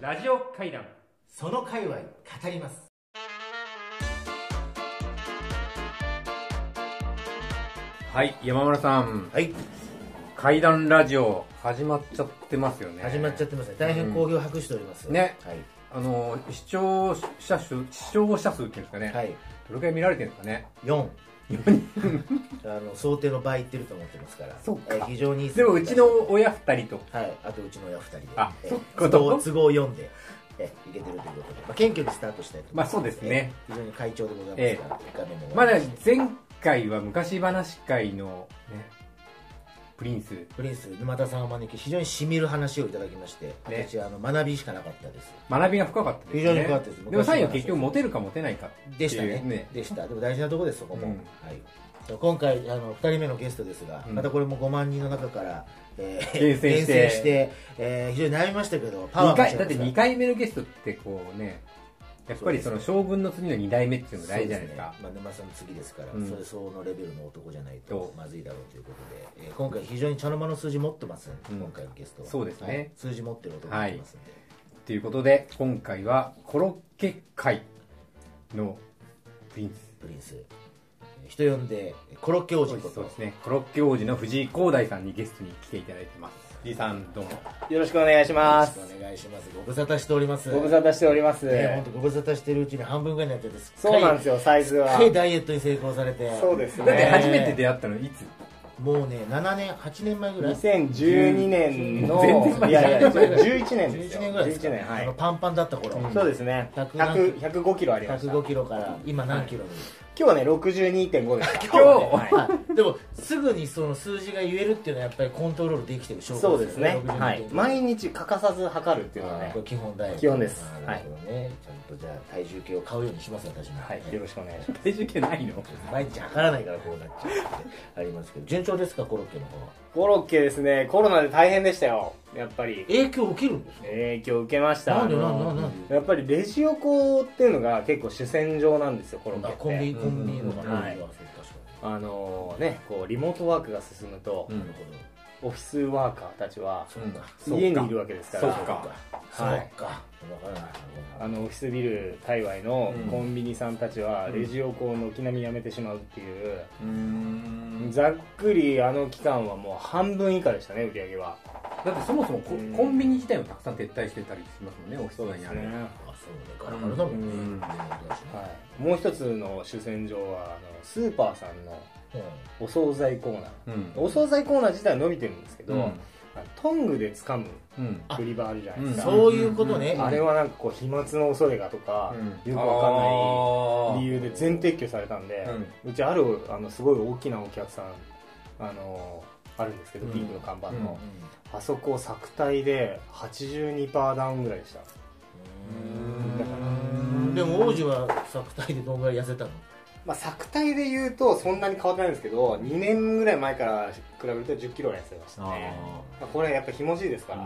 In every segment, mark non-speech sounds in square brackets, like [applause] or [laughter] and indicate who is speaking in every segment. Speaker 1: ラジオ会談
Speaker 2: その界隈語ります
Speaker 1: はい山村さん
Speaker 2: はい
Speaker 1: 会談ラジオ始まっちゃってますよね
Speaker 2: 始まっちゃってますね大変好評を博しております、
Speaker 1: ね
Speaker 2: はい、
Speaker 1: あの視聴者数視聴者数っていうんですかね、
Speaker 2: はい、
Speaker 1: どれくらい見られてるんですかね
Speaker 2: 4 [laughs] あの想定の倍いってると思ってますから
Speaker 1: そっか
Speaker 2: えー非常にいい数
Speaker 1: でもうちの親二人と
Speaker 2: はいあとうちの親2人で
Speaker 1: あ
Speaker 2: えー
Speaker 1: そっか
Speaker 2: 都合都合4でえーいけてるということで、まあ、謙虚にスタートしたいと思います、
Speaker 1: まあそうですね
Speaker 2: えー非常に快調でございますから、画面も
Speaker 1: まだ
Speaker 2: 終わりして
Speaker 1: 前回は昔話会の、ね、プリンス
Speaker 2: プリンス沼田さんをお招き非常にしみる話をいただきまして、私はあの学びしかなかったです
Speaker 1: 学びが深かったですね
Speaker 2: 非常に深かったです
Speaker 1: でもサインは結局モテるかモテないかっていう
Speaker 2: でしたねでしたでも大事なところですそこも、
Speaker 1: うん
Speaker 2: はい今回あの2人目のゲストですが、
Speaker 1: うん
Speaker 2: またこれも5万人の中から、えー
Speaker 1: [laughs] 厳選して
Speaker 2: 厳してえー非常に悩みましたけどパワ
Speaker 1: 二
Speaker 2: ーが
Speaker 1: 回だって2
Speaker 2: 回
Speaker 1: 回目のゲストってこうねやっぱりその将軍の次の2代目っていうのが大事じゃないですか
Speaker 2: まあ、沼さんの次ですから、
Speaker 1: うん
Speaker 2: それ相応のレベルの男じゃない
Speaker 1: そ
Speaker 2: と
Speaker 1: う
Speaker 2: まずいだろうということで、えー今回非常に茶の間の数字持ってますんで、
Speaker 1: うん
Speaker 2: 今回のゲストは
Speaker 1: そうですね
Speaker 2: はい数字持ってる男がいますんで、
Speaker 1: ということで今回はコロッケ界のプリンス
Speaker 2: プリンス、えー人呼んでコロッケ王子こ
Speaker 1: そう
Speaker 2: と
Speaker 1: ですねコロッケ王子の藤井光大さんにゲストに来ていただいてます藤井さんどうも
Speaker 3: よろしくお願いします。
Speaker 2: よろしくお願いしますご無沙汰しております
Speaker 3: ご無沙汰しております。
Speaker 2: ね、本当ご無沙汰してるうちに半分ぐらいになっちゃってすっか
Speaker 3: そ
Speaker 2: り
Speaker 3: うなんですよ、サイズは。
Speaker 2: すっかりダイエットに成功されて
Speaker 3: そうですね。
Speaker 1: だって初めて出会ったのいつ
Speaker 2: もうね7年8年前ぐらい
Speaker 3: 2012年の、
Speaker 1: 全然前
Speaker 3: いやいや、11年です
Speaker 2: 11年
Speaker 3: よ。
Speaker 2: ぐらいですか、
Speaker 3: 11年、は
Speaker 2: あの
Speaker 3: い。
Speaker 2: パンパンだった頃、
Speaker 3: そうですね。
Speaker 2: 100
Speaker 3: 100 105キロありました。今
Speaker 2: 105キロから今何キロに、
Speaker 3: 日はね、62.5でした。
Speaker 1: 今日
Speaker 3: はい
Speaker 2: はいでもすぐにその数字が言えるっていうのはやっぱりコントロールできてる証
Speaker 3: そ
Speaker 2: 拠
Speaker 3: うですね。はい。毎日欠かさず測るっていうのはね
Speaker 2: これ。基本ダイエット
Speaker 3: 基本です
Speaker 2: あーなるほどね、ちゃんとじゃあ体重計を買うようにします私も
Speaker 3: はい。よろしくお願いします。
Speaker 1: 体重計ないの
Speaker 2: 毎日測らないからこうなっちゃうってありますけど順調ですかコロッケの方は
Speaker 3: コロッケですね、コロナで大変でしたよ。やっぱり。
Speaker 2: 影響受けるんですか
Speaker 3: 影響受けました。
Speaker 2: なんで
Speaker 3: あ
Speaker 2: なん
Speaker 3: の
Speaker 2: でなんでなんで
Speaker 3: やっぱりレジ横っていうのが結構主戦場なんですよ、コロッケ
Speaker 2: あ
Speaker 3: って。
Speaker 2: コンビニコンビニの方が
Speaker 3: はい
Speaker 2: そう確か
Speaker 3: あのね、こうリモートワークが進むと、
Speaker 1: う
Speaker 2: に
Speaker 1: ん
Speaker 2: なるほど
Speaker 3: オフィスワーカーたちは
Speaker 2: そうか
Speaker 1: そうか
Speaker 3: 家にいるわけですから
Speaker 1: そうか
Speaker 2: そう
Speaker 3: はい
Speaker 2: か分からない
Speaker 3: あのオフィスビル界隈の
Speaker 1: うん
Speaker 3: コンビニさんたちは
Speaker 1: うん
Speaker 3: レジをこう軒並みやめてしまうっていう、
Speaker 1: うーん
Speaker 3: ざっくりあの期間はもう半分以下でしたね売り上げは
Speaker 1: だってそもそもコ
Speaker 3: うん
Speaker 1: コンビニ自体もたくさん撤退してたりしますもんねオフィス内にある
Speaker 3: は
Speaker 2: あそうねガラガラだもんね
Speaker 1: うん
Speaker 2: 全然だしね
Speaker 3: い、もう一つの主戦場はあのスーパーさんのお惣菜コーナー
Speaker 1: うん
Speaker 3: お惣菜コーナー自体は伸びてるんですけど、
Speaker 1: うん
Speaker 3: あのトングで掴む
Speaker 1: うん
Speaker 3: 売り場あるじゃないです
Speaker 2: うん
Speaker 3: か、
Speaker 2: そういうことね
Speaker 3: あれはなんかこう飛沫の恐れがとか、
Speaker 1: うん
Speaker 3: よくわかん
Speaker 1: あー
Speaker 3: ない理由で全撤去されたんで、うちあるあのすごい大きなお客さんあのあるんですけど、
Speaker 1: うん
Speaker 3: ピンクの看板の
Speaker 2: う、
Speaker 3: あそこ作体で82%ダウンぐらいでした
Speaker 2: ん
Speaker 3: だから
Speaker 2: うんでも王子は作体でどんぐらい痩せたの
Speaker 3: まあ作体で言うとそんなに変わってないんですけど2年ぐらい前から比べると1 0キロ痩せましたねまあこれやっぱひもじいですから、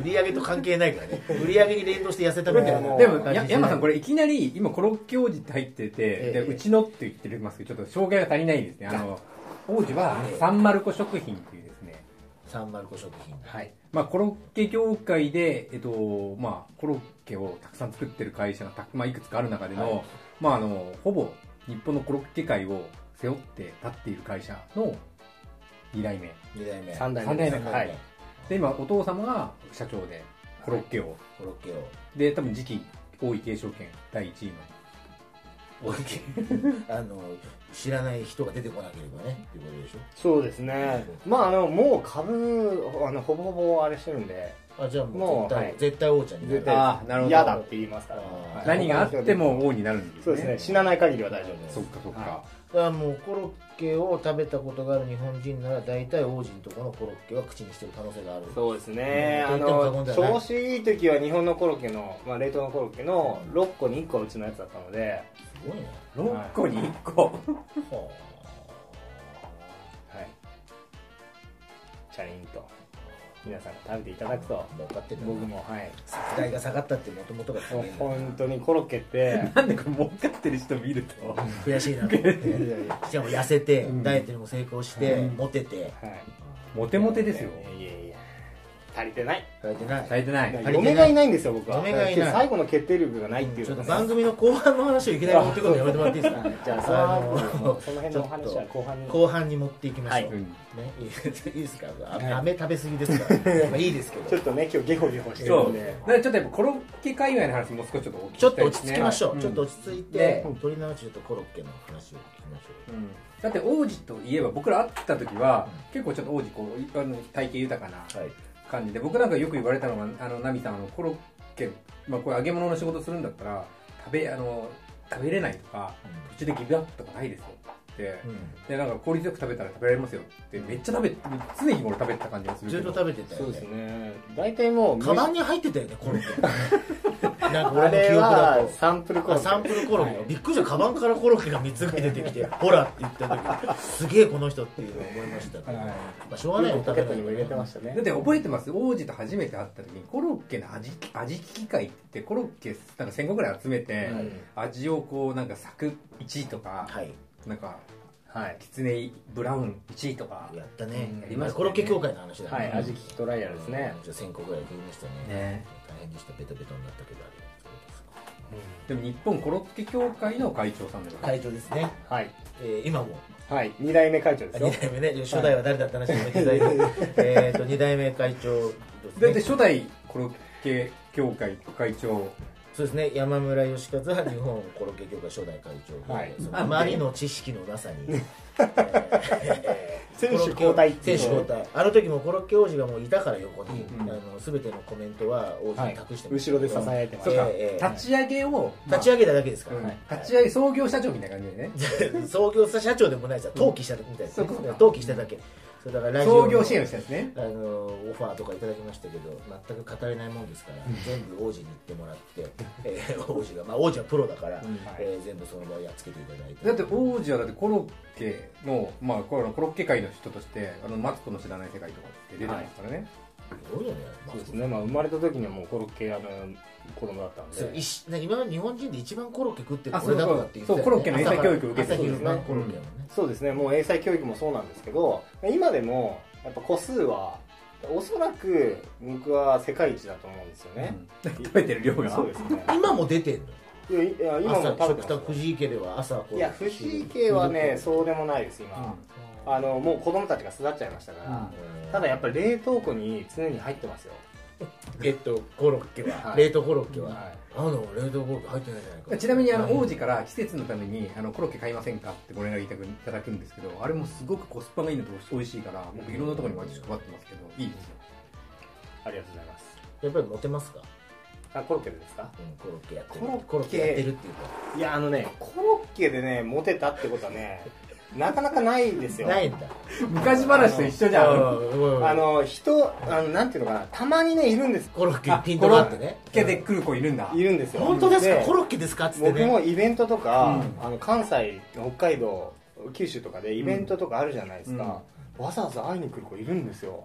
Speaker 2: 売り上げと関係ないからね売り上げに連動して痩せたみたいな
Speaker 1: でも、や
Speaker 2: 感じ
Speaker 1: 山さん、これ、いきなり、今、コロッケ王子って入ってて、
Speaker 2: ええ
Speaker 1: でうちのって言ってますけど、ちょっと、障害が足りないですね。あの、王子は、サンマルコ食品っていうですね、
Speaker 2: サンマルコ食品
Speaker 1: はい。まあ、コロッケ業界で、えっと、まあ、コロッケをたくさん作ってる会社がたく、まあ、いくつかある中での、
Speaker 2: はい
Speaker 1: まあ、あの、ほぼ、日本のコロッケ界を背負って立っている会社の2代目。
Speaker 2: 2代目
Speaker 3: 三代目
Speaker 2: 三代目
Speaker 3: 三代目
Speaker 2: はい
Speaker 1: で、今、お父様が社長で、コロッケを。
Speaker 2: コロッケを
Speaker 1: で、多分、次期、王位継承権第1位の。 [laughs]
Speaker 2: あの知らない人が出てこなければねっていうことでし
Speaker 3: そうですねまああのもう株あのほぼほぼあれしてるんで
Speaker 2: ょあじゃあも
Speaker 3: も
Speaker 2: う
Speaker 3: う
Speaker 2: 絶対、
Speaker 3: はい
Speaker 2: 絶対王者になる
Speaker 3: 絶対
Speaker 1: あーなるほど
Speaker 3: 嫌だって言いますから、
Speaker 2: あー
Speaker 3: はい
Speaker 1: 何があっても王になるんですね。
Speaker 3: そうですね死なない限りは大丈夫です
Speaker 1: そっかそっか。
Speaker 3: は
Speaker 2: だからもうコロッケを食べたことがある日本人なら大体王子のとこのコロッケは口にしてる可能性がある
Speaker 3: そうですね、
Speaker 2: うん
Speaker 3: あ
Speaker 2: と言っ
Speaker 3: の
Speaker 2: ても過言ではない
Speaker 3: 調子いい時は日本のコロッケの、まあ、冷凍のコロッケの6個に1個はうちのやつだったので、
Speaker 2: すごいな
Speaker 1: 6個に1個。
Speaker 2: は
Speaker 3: はい、チャリンと皆さんが食べていただくと
Speaker 2: あ儲かってんだな
Speaker 3: 僕もはい
Speaker 2: 世代が下がったってもともとが
Speaker 3: もう
Speaker 2: [laughs]
Speaker 3: 本当
Speaker 2: に
Speaker 3: にコロッケ [laughs] って
Speaker 1: なんでこれ儲かってる人見ると。
Speaker 2: 悔しいなと思っ
Speaker 3: いやい
Speaker 2: て
Speaker 3: やいや
Speaker 2: しかも痩せて、
Speaker 1: うん
Speaker 2: ダイエットにも成功して、
Speaker 1: うん
Speaker 2: モテて
Speaker 3: はい
Speaker 1: モテモテですよ。
Speaker 3: いやいやいや足りてない
Speaker 2: 書いてない
Speaker 1: 足りてない。
Speaker 2: ない
Speaker 3: 嫁がいないんですよ僕は
Speaker 2: 嫁がいない
Speaker 3: 最後の決定力がないっていう
Speaker 2: ちょっと
Speaker 3: のがね
Speaker 2: 番組の後半の話をいきなり持ってくるのやめてもらっていいですか
Speaker 3: [laughs] じゃあそ
Speaker 2: あ
Speaker 3: の
Speaker 2: の
Speaker 3: その辺のお話は後半に
Speaker 2: 後半に持っていきましょう、
Speaker 3: は
Speaker 1: うん
Speaker 2: ね、いいですか、あ
Speaker 3: はい
Speaker 2: 飴食べ過ぎですから、まあいいですけ
Speaker 3: ちょ
Speaker 2: ど
Speaker 3: っ、とね今日ゲホゲホして
Speaker 1: そ
Speaker 3: る
Speaker 1: うんね
Speaker 3: で。
Speaker 1: だからちょっとやっぱコロッケ界隈の話もう少しちょっとお聞き
Speaker 2: ちょっ
Speaker 1: したいで
Speaker 2: と落
Speaker 1: す
Speaker 2: ち
Speaker 1: ね
Speaker 2: 着きましょう、
Speaker 1: ん
Speaker 2: ちょっと落ち着いて
Speaker 1: ね、
Speaker 2: 取り直して、ちょっとコロッケの話を聞きましょう。
Speaker 1: うんだって王子といえば僕ら会った時は、結構ちょっと王子こうあの体型豊かな
Speaker 2: はい、
Speaker 1: 感じで僕なんかよく言われたのがあのナミさんあのコロッケ、まあ、こういう揚げ物の仕事するんだったら食べあの食べれないとか途中でギブアップとかないですよって、
Speaker 2: う
Speaker 1: でなんか効率よく食べたら食べられますよってめっちゃ食べ常日頃食べてた感じがす
Speaker 2: ん、
Speaker 1: るけ
Speaker 2: ず
Speaker 1: ど
Speaker 2: っと食べてた
Speaker 3: そ
Speaker 2: よ
Speaker 3: うです
Speaker 2: ね。
Speaker 3: ね大体もう
Speaker 2: カバンに入ってたよね、コロッケ。なんか
Speaker 3: あ
Speaker 2: 俺の
Speaker 3: れ
Speaker 2: 記憶だ
Speaker 3: は
Speaker 2: と。
Speaker 3: サンプルコ
Speaker 2: あ
Speaker 3: ース
Speaker 2: サンプルコロッケ、びっくりしたカバンからコロッケが3つぐらい出てきてほらって言った時すげえこの人っていうのを思いましたけど、まあ、しょうがないよ
Speaker 3: ポ
Speaker 2: 食
Speaker 3: ケ
Speaker 2: べ
Speaker 3: ットにも入れてま
Speaker 2: ない
Speaker 3: したね
Speaker 1: だって覚えてます王子と初めて会った時にコロッケの味味聞き会ってコロッケなんか1000個ぐらい集めて、
Speaker 3: うん
Speaker 1: 味をこうなんか作1位とか、
Speaker 2: はい
Speaker 1: なんか、はい、きつねブラウン1位とか
Speaker 2: やったね
Speaker 3: うん
Speaker 1: やりましたね
Speaker 2: コロッケ協会の話だね
Speaker 3: はい味聞きトライアルですね
Speaker 2: うんじゃあ1000個ぐらい食いましたね
Speaker 1: ね
Speaker 2: 大変でしたベトベトになったけどあれそうですか
Speaker 1: でも日本コロッケ協会の会長さんだから、
Speaker 2: 会長ですね、
Speaker 3: はい
Speaker 2: えー今も
Speaker 3: はい二代目会長ですよ
Speaker 2: 2代目ね初代は誰だった話をやめていただいて、えーと2代目会長です
Speaker 1: だ
Speaker 2: ね
Speaker 1: って初代コロッケ協会会長
Speaker 2: そうですね山村義和は日本コロッケ協会初代会長で、
Speaker 3: はい
Speaker 2: その
Speaker 1: あ
Speaker 2: あまりの知識のなさに
Speaker 3: 選手交代ってい
Speaker 2: 選
Speaker 3: う
Speaker 2: 手交代あの時もコロッケ王子がもういたから横に、
Speaker 1: うん
Speaker 2: あの全てのコメントは王子に託してました
Speaker 3: 後ろで支えてま
Speaker 1: そ
Speaker 3: す
Speaker 1: うか、
Speaker 2: ええ
Speaker 1: 立ち上げを、まあ
Speaker 2: 立ち上げただけですから、
Speaker 1: うん
Speaker 2: はい
Speaker 1: 立ち上げ創業社長みたいな感じでね
Speaker 2: 創業社長でもないですよ登記したみたいですね
Speaker 1: そうかそうか
Speaker 2: 登記しただけそうだからラジオの
Speaker 1: 創業支援をしたんですね
Speaker 2: あのオファーとかいただきましたけど全く語れないもんですから全部王子に行ってもらって、えー王子がまあ王子はプロだから、
Speaker 1: ん
Speaker 2: えー全部その場をやっつけていただいて
Speaker 1: だって王子はだってコロッケの、まあ、このコロッケ界の人として「あのマツコの知らない世界」とかって出てますからね、
Speaker 2: すごいよねまあ
Speaker 3: そうですねまあ生まれた時にはもうコロッケ屋の子供だったんで
Speaker 2: そう一ね今まで日本人で一番コロッケ食ってる
Speaker 1: あそう
Speaker 2: 俺だとかって言ってたよ
Speaker 1: そ
Speaker 2: ね
Speaker 1: うコロッケの英才教育を受けて
Speaker 2: 朝
Speaker 1: た
Speaker 2: 昼晩
Speaker 3: そうですね
Speaker 2: コロッケもね、
Speaker 3: そうですねもう英才教育もそうなんですけど今でもやっぱ個数はおそらく僕は世界一だと思うんですよね、
Speaker 1: うん食べてる量が
Speaker 3: そうですね
Speaker 2: 今も出てんの
Speaker 3: いやいや今
Speaker 2: 朝
Speaker 3: も食べ
Speaker 2: 食
Speaker 3: て
Speaker 2: 卓
Speaker 3: ますよ
Speaker 2: 藤井家では朝こう
Speaker 3: いや藤井家はねそうでもないです
Speaker 1: うん
Speaker 3: 今、あのもう子供たちが巣立っちゃいましたから、
Speaker 2: うん
Speaker 3: ただやっぱり冷凍庫に常に入ってますよ、
Speaker 2: えっとコロッケは、
Speaker 3: はい
Speaker 2: 冷凍コロッケは、
Speaker 3: は
Speaker 2: あの冷凍コロッケ入ってないじゃないか
Speaker 1: ちなみにあの王
Speaker 2: 子
Speaker 1: 子から季節のためにあのコロッケ買いませんかってご連絡いただくいただくんですけどあれもすごくコスパがいいのと美味しいから僕いろんなところに毎年配ってますけどいいですよ
Speaker 3: ありがとうございます
Speaker 2: やっぱりモテますか、
Speaker 3: あコロッケでですか
Speaker 2: うん、コロッケやってる
Speaker 3: コロッケ
Speaker 2: コロッケやってるっていうか
Speaker 3: いやあのねコロッケでねモテたってことはね [laughs] なかなかないですよ
Speaker 2: ないんだ
Speaker 3: [laughs]
Speaker 1: 昔話と一緒じゃん
Speaker 2: あ
Speaker 3: あの人あのなんていうのかなたまにねいるんです
Speaker 2: コロッケ
Speaker 1: あ
Speaker 2: ピントがあってね
Speaker 1: つけてくる子いるんだ
Speaker 3: いるんですよ
Speaker 2: 本当ですか
Speaker 3: で
Speaker 2: コロッケですかっつって
Speaker 3: 僕
Speaker 2: ね
Speaker 3: もイベントとか、あの関西北海道九州とかでイベントとかあるじゃないですか、わざわざ会いに来る子いるんですよ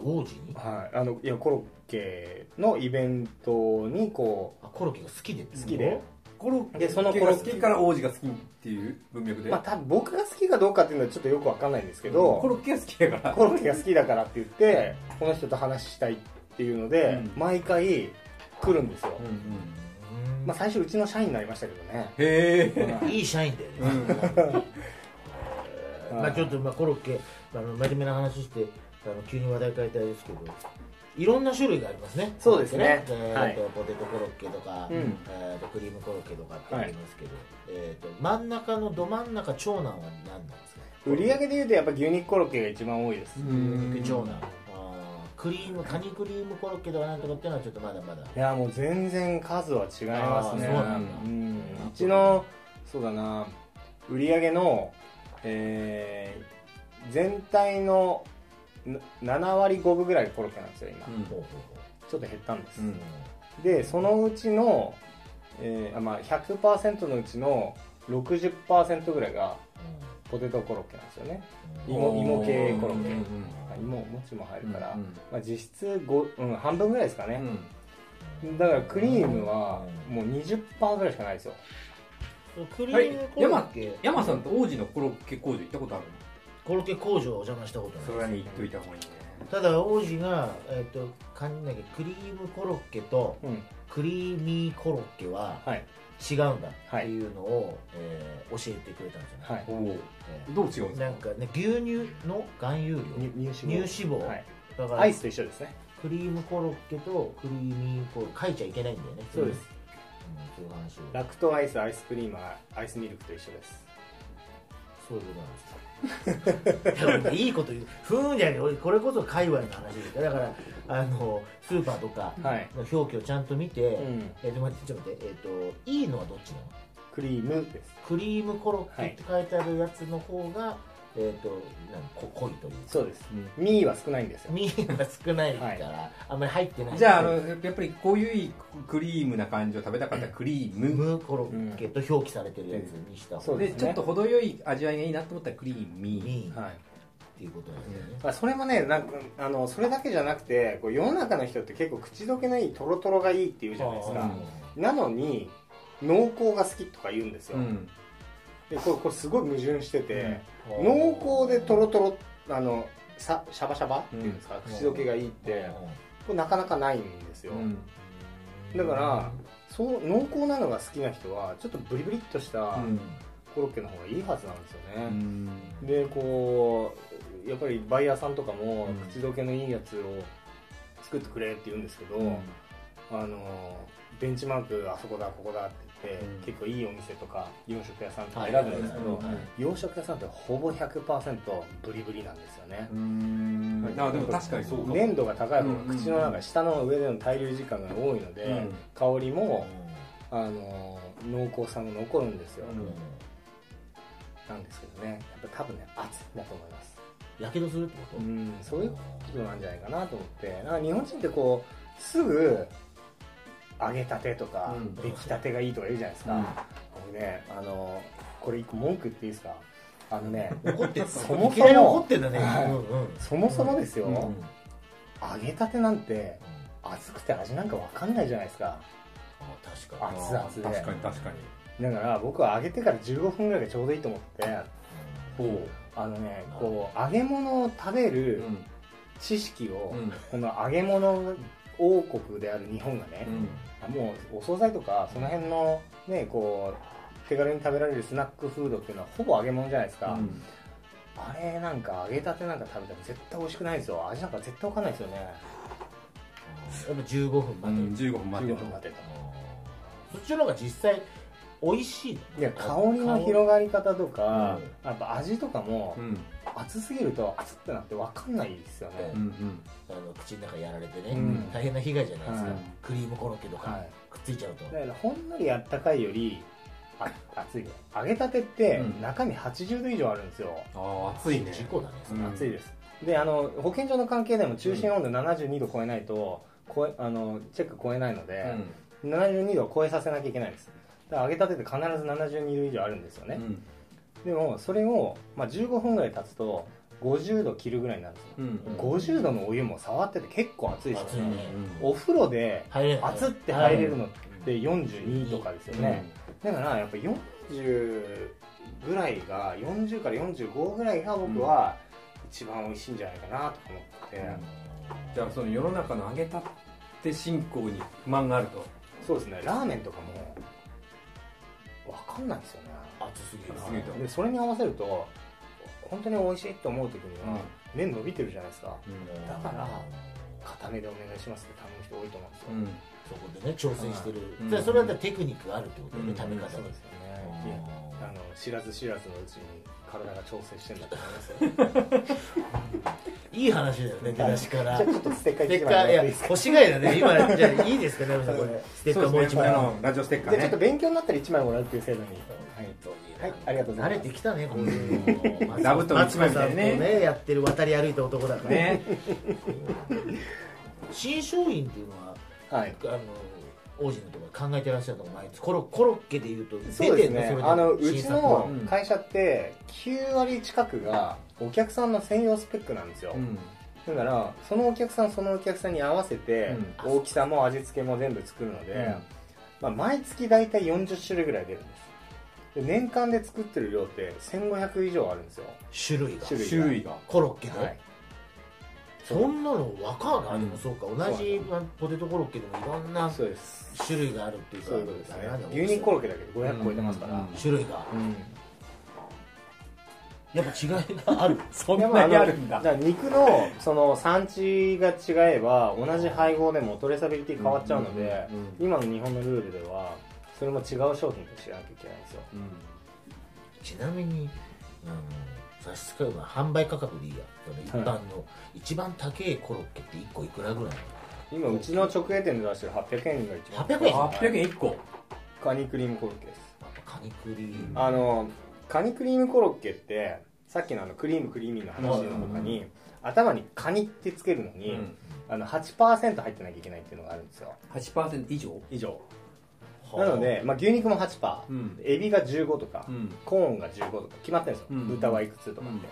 Speaker 2: 王子に
Speaker 3: はいあのいやコロッケのイベントにこ
Speaker 2: あコロッケが好きで好
Speaker 3: う好きで、
Speaker 1: コロッ
Speaker 3: でその
Speaker 1: ケ
Speaker 3: コ
Speaker 1: が
Speaker 3: ロ
Speaker 1: 好
Speaker 3: ッケ
Speaker 1: きから王子が好きっていう文脈で、
Speaker 3: まあ多分僕が好きかどうかっていうのはちょっとよくわかんないんですけど、
Speaker 1: コロッケが好きだから
Speaker 3: コロッケが好きだからって言ってこの人と話したいっていうので、
Speaker 1: うん
Speaker 3: 毎回来るんですよ、
Speaker 1: うんうん
Speaker 3: まあ、最初うちの社員になりましたけどね
Speaker 1: へえ
Speaker 2: いい社員だよね、えー [laughs] まあ、ちょっとまあコロッケあの真面目な話してあの急に話題変えたいですけどいろんな種類がありますね
Speaker 3: そうですね
Speaker 2: コロッケえー
Speaker 3: はい
Speaker 2: とポテトコロッケとか、
Speaker 3: うん
Speaker 2: えーとクリームコロッケとかってありますけど、えー、と真ん中のど真ん中長男は何なんですか
Speaker 3: 売り上げでいうとやっぱ牛肉コロッケが一番多いです、
Speaker 1: う
Speaker 3: い
Speaker 1: ん
Speaker 2: 長男あークリームカニクリームコロッケとかなんとかっていうのはちょっとまだまだ
Speaker 3: やもう全然数は違いますね
Speaker 2: あーそうなんだ
Speaker 3: んうちのそうだな売り上げの、えー全体のな7割5分ぐらいコロッケなんですよ今、
Speaker 1: うん
Speaker 2: ほうほ
Speaker 3: ちょっと減ったんです、
Speaker 1: うん
Speaker 3: でそのうちの、えーあまあ、100%のうちの60%ぐらいが
Speaker 2: う
Speaker 3: ポテトコロッケなんですよね
Speaker 2: ほううんうん
Speaker 3: 芋芋系コロッケ
Speaker 1: うんうん
Speaker 3: まあ芋もちも入る
Speaker 1: うん
Speaker 3: から、
Speaker 1: うん
Speaker 3: まあ、実質ご、うん、半分ぐらいですかね、
Speaker 1: うん
Speaker 3: だからクリームはもう20%ぐらいしかないですよ
Speaker 2: クリ
Speaker 1: はい
Speaker 2: ームコロ
Speaker 1: 山
Speaker 2: ッケ、
Speaker 1: 山さんと王子のコロッケ工場行ったことある
Speaker 2: コロッケ工場お邪魔したことない
Speaker 1: それに言っといた方がいいね
Speaker 2: ただ王子が、えっと感じなきゃクリームコロッケと
Speaker 3: うん
Speaker 2: クリーミーコロッケは
Speaker 3: はい
Speaker 2: 違うんだっていうのを、えー教えてくれたんですよね、
Speaker 3: はい
Speaker 1: おお
Speaker 2: え
Speaker 1: どう違うん
Speaker 2: ー
Speaker 1: で
Speaker 2: なんかね牛乳の含有量
Speaker 3: 乳
Speaker 2: 乳
Speaker 3: 乳脂
Speaker 2: 脂
Speaker 3: 肪
Speaker 2: 肪、
Speaker 3: はい
Speaker 2: だから
Speaker 3: アイスと一緒ですね
Speaker 2: クリームコロッケとクリーミーコロッケ書いちゃいけないんだよね
Speaker 3: そうです、
Speaker 2: うん、そういう話を
Speaker 3: ラクトアイスアイスクリームはアイスミルクと一緒です
Speaker 2: そういうことな
Speaker 3: [laughs]
Speaker 2: んですよでもいいこと言うふーんじゃねえ俺これこそ界隈の話ですからだからあのスーパーとか
Speaker 3: はい、
Speaker 2: の表記をちゃんと見て、
Speaker 3: うん、
Speaker 2: えーと待ってちょっと待ってえっ、といいのはどっちなの
Speaker 3: クリームです
Speaker 2: クリームコロッケって書いてあるやつの方が、えっ、となんこ濃いという
Speaker 3: そうです
Speaker 1: すうん
Speaker 3: ミーは少ないんですよ
Speaker 2: ミーが少ないから、
Speaker 3: は
Speaker 2: あんまり入ってない
Speaker 1: じゃああのやっぱりこういうクリームな感じを食べたかったらクリーム
Speaker 2: ムーコロッケと表記されてるやつにした方
Speaker 3: うん
Speaker 2: が
Speaker 1: で
Speaker 2: いい
Speaker 3: そうですね
Speaker 1: ちょっと程よい味わいがいいなと思ったらクリーミー
Speaker 2: ミーっ
Speaker 3: はい
Speaker 2: ていうことなんだよね、
Speaker 3: まあ、それもねなんかあのそれだけじゃなくてこう世の中の人って結構口どけのいいトロトロがいいって言うじゃないです
Speaker 1: あ
Speaker 3: か
Speaker 1: ー
Speaker 3: なのに濃厚が好きとか言うんですよ、
Speaker 1: うん
Speaker 3: でこれこれすごい矛盾してて、
Speaker 2: うん
Speaker 3: 濃厚でトロトロあのさシャバシャバっていうんですか、
Speaker 2: うん
Speaker 3: 口どけがいいってこれなかなかないんですよ、
Speaker 1: うん
Speaker 3: だからそう濃厚なのが好きな人はちょっとブリブリっとした
Speaker 1: う
Speaker 2: うんん
Speaker 3: コロッケの方がいいはずなんですよね、
Speaker 1: うん
Speaker 3: でこうやっぱりバイヤーさんとかも
Speaker 1: うん
Speaker 3: 口どけのいいやつを作ってくれって言うんですけど、あのベンチマークあそこだここだって言って、
Speaker 1: うん
Speaker 3: 結構いいお店とか洋食屋さんとか
Speaker 2: はい
Speaker 3: 選
Speaker 2: は
Speaker 3: ぶ
Speaker 2: い
Speaker 3: んですけど、
Speaker 2: はい
Speaker 3: 洋食屋さんってほぼ100%ブリブリなんですよね
Speaker 1: う、んあでも確かにそうかも
Speaker 3: 粘度が高い方
Speaker 1: うん
Speaker 3: が口の中下の上での滞留時間が多いので、
Speaker 1: うん
Speaker 3: 香りもあの濃厚さも残るんですよ、
Speaker 1: うん
Speaker 3: なんですけどねやっぱ多分ね熱いんだと思います
Speaker 2: やけどするってこ
Speaker 3: うん、そういうことなんじゃないかなと思ってなんか日本人ってこうすぐ揚げたてとか、
Speaker 1: うん
Speaker 3: 出来たてがいいとか言うじゃないですか、
Speaker 1: うん
Speaker 3: 僕ねあのこれ一個文句言っていいですかあの
Speaker 1: [laughs]
Speaker 3: ね
Speaker 2: と怒ってる
Speaker 3: そも
Speaker 2: い
Speaker 3: そも
Speaker 2: きなり怒ってんだね、
Speaker 3: はい
Speaker 2: うんうん
Speaker 3: そもそもですよ、
Speaker 1: うん
Speaker 2: うん
Speaker 3: 揚げたてなんて熱くて味なんか分かんないじゃないですか
Speaker 2: あ確かに
Speaker 3: 熱々で
Speaker 1: 確かに確かに
Speaker 3: だから僕は揚げてから15分ぐらいがちょうどいいと思って
Speaker 1: ほう
Speaker 3: あのねこう揚げ物を食べ
Speaker 1: う
Speaker 3: る
Speaker 1: ん
Speaker 3: 知識を、
Speaker 1: うん
Speaker 3: この揚げ物王国である日本がね、
Speaker 1: うん
Speaker 3: もうお惣菜とかその辺のねこう手軽に食べられるスナックフードっていうのはほぼ揚げ物じゃないですか、
Speaker 1: うん
Speaker 3: あれなんか揚げたてなんか食べたら絶対美味しくないですよ味なんか絶対わかんないですよね
Speaker 2: うんやっぱ15分
Speaker 1: う
Speaker 2: 待てる、
Speaker 1: ん15分待て
Speaker 3: 15
Speaker 1: と
Speaker 3: 分待て
Speaker 2: そっちの方が実際美味しいの
Speaker 3: といや香りの広がり方とか
Speaker 2: うん、
Speaker 3: やっぱ味とかも
Speaker 1: うん
Speaker 3: 熱すぎると熱ってなってわかんないですよね
Speaker 1: う、ん
Speaker 2: あの口の中やられてね、
Speaker 3: うん
Speaker 2: 大変な被害じゃないですか、
Speaker 3: はい
Speaker 2: クリームコロッケとか、
Speaker 3: はい
Speaker 2: くっついちゃうと、
Speaker 3: だからほんのりあったかいよりあ熱い揚げたてって
Speaker 1: うん
Speaker 3: 中身80度以上あるんですよ、
Speaker 1: ああ暑いね
Speaker 2: 事故だねそ
Speaker 1: うん
Speaker 3: 暑いですであの保健所の関係でも中心温度72度超えないと、超えあのチェック超えないの
Speaker 1: う
Speaker 3: で、
Speaker 1: ん
Speaker 3: 72度を超えさせなきゃいけないですだから揚げたてって必ず72度以上あるんですよ
Speaker 1: う
Speaker 3: ね、
Speaker 1: ん
Speaker 3: でもそれを、まあ、15分ぐらい経つと50度切るぐらいになるんですよ、
Speaker 1: うん
Speaker 2: うん
Speaker 3: 50度のお湯も触ってて結構熱いです
Speaker 2: 暑い
Speaker 3: よ
Speaker 2: ね
Speaker 3: ね、お風呂で
Speaker 2: 入れない
Speaker 3: 熱って入れるのって42とかですよね、
Speaker 1: ね
Speaker 3: だからやっぱ40ぐらいが40から45ぐらいが僕は一番美味しいんじゃないかなとか思って、
Speaker 1: じゃあその世の中の揚げたて信仰に不満があると
Speaker 3: そうですねラーメンとかも分かんないんですよね
Speaker 2: 熱すぎるな
Speaker 1: 熱すぎると
Speaker 3: でそれに合わせると本当に美味しいと思う時には、
Speaker 1: うん
Speaker 3: 麺伸びてるじゃないですか
Speaker 2: うん
Speaker 3: だから固めでお願いしますって頼む人多いと思うんですよ、
Speaker 1: うん
Speaker 2: そこでね調整してる、
Speaker 1: うん
Speaker 2: じゃあそれはだからテクニックがあるってことだよね、
Speaker 1: うん
Speaker 2: 食べ方
Speaker 3: そう
Speaker 2: に
Speaker 3: ですよねいやあの知らず知らずのうちに体が調整してんだと思いますよ
Speaker 2: いい話だよね出だしから
Speaker 3: じゃあちょっとステッカー
Speaker 2: ステ
Speaker 3: 一
Speaker 2: ッ
Speaker 3: 枚
Speaker 2: カーいや
Speaker 3: もらっていいですか
Speaker 2: 腰がいだね今じゃあいいですかね皆さんこれステッカーもう一枚
Speaker 1: そうですねあのラジオステッカ
Speaker 3: じ
Speaker 1: ー
Speaker 3: ゃあちょっと
Speaker 1: ね
Speaker 3: 勉強になったら1枚もらうっていう制度に。はい。はいありがとうございます
Speaker 2: 慣れてきたねこういうの
Speaker 1: 座布団一枚みたいなね
Speaker 2: マツコさんとやってる渡り歩いた男だから
Speaker 1: ね
Speaker 2: 新商品っていうのは
Speaker 3: はい。
Speaker 2: あの王子のところ考えてらっしゃるの毎日コロコロッケでいうと
Speaker 3: そうですね。あの、うちの
Speaker 1: うん
Speaker 3: 会社って、9割近くがお客さんの専用スペックなんですよ。
Speaker 1: うん
Speaker 3: だから、そのお客さん、そのお客さんに合わせて、
Speaker 2: うん
Speaker 3: 大きさも味付けも全部作るので、
Speaker 1: うん
Speaker 3: まあ、毎月大体40種類ぐらい出るんです。で年間で作ってる量って1500以上あるんですよ。
Speaker 2: 種類が
Speaker 3: 種類が。
Speaker 1: 種類が
Speaker 2: コロッケで、
Speaker 3: はい。
Speaker 2: そんなのわかんない、でもそうか同じ
Speaker 3: そう
Speaker 2: まあポテトコロッケでもいろんな
Speaker 3: そうです
Speaker 2: 種類があるっていうか
Speaker 3: そういうことですね
Speaker 2: あれなんだ
Speaker 3: 牛肉コロッケだけで500超えてますから、
Speaker 1: うん
Speaker 2: 種類が
Speaker 3: うん
Speaker 2: やっぱ違いがある
Speaker 1: そ
Speaker 3: いやまああのだから肉のその産地が違えば同じ配合でもトレーサビリティ変わっちゃうので、
Speaker 1: うんうんうん
Speaker 3: 今の日本のルールではそれも違う商品と知らなきゃいけないんですよ
Speaker 2: ちなみにあの差し支えば販売価格でいいやその一般の、一番高いコロッケって1個いくらぐらい
Speaker 3: 今うちの直営店で出してる800円が一番
Speaker 2: 800円
Speaker 1: 800円1個
Speaker 3: カニクリームコロッケです
Speaker 2: やっぱカニクリーム
Speaker 3: あのカニクリームコロッケってさっきのあのクリームクリーミーの話の他に、頭にカニってつけるのに、
Speaker 1: うん
Speaker 3: あの8%入ってなきゃいけないっていうのがあるんですよ
Speaker 1: 8%以上
Speaker 3: 以上
Speaker 2: は
Speaker 3: な
Speaker 2: あ
Speaker 3: ので、まあ、牛肉も8%、
Speaker 1: うん
Speaker 3: エビが15とか、
Speaker 1: うん
Speaker 3: コーンが15とか決まってるんですよ、
Speaker 1: うん
Speaker 3: 豚はいくつとか
Speaker 1: う
Speaker 3: って、
Speaker 1: ん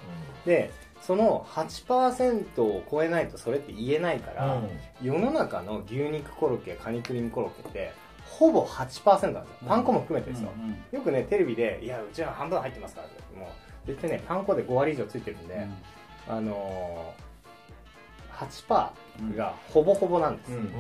Speaker 3: でその8%を超えないとそれって言えないから、
Speaker 2: うん
Speaker 3: 世の中の牛肉コロッケカニクリームコロッケってほぼ8%なんですよパン粉も含めてですよ、よくねテレビで「いやうちは半分入ってますから」って言っても絶対ねパン粉で5割以上ついてるんで、あのー、8%がほぼほぼなんです、
Speaker 1: うん
Speaker 2: うんうんうん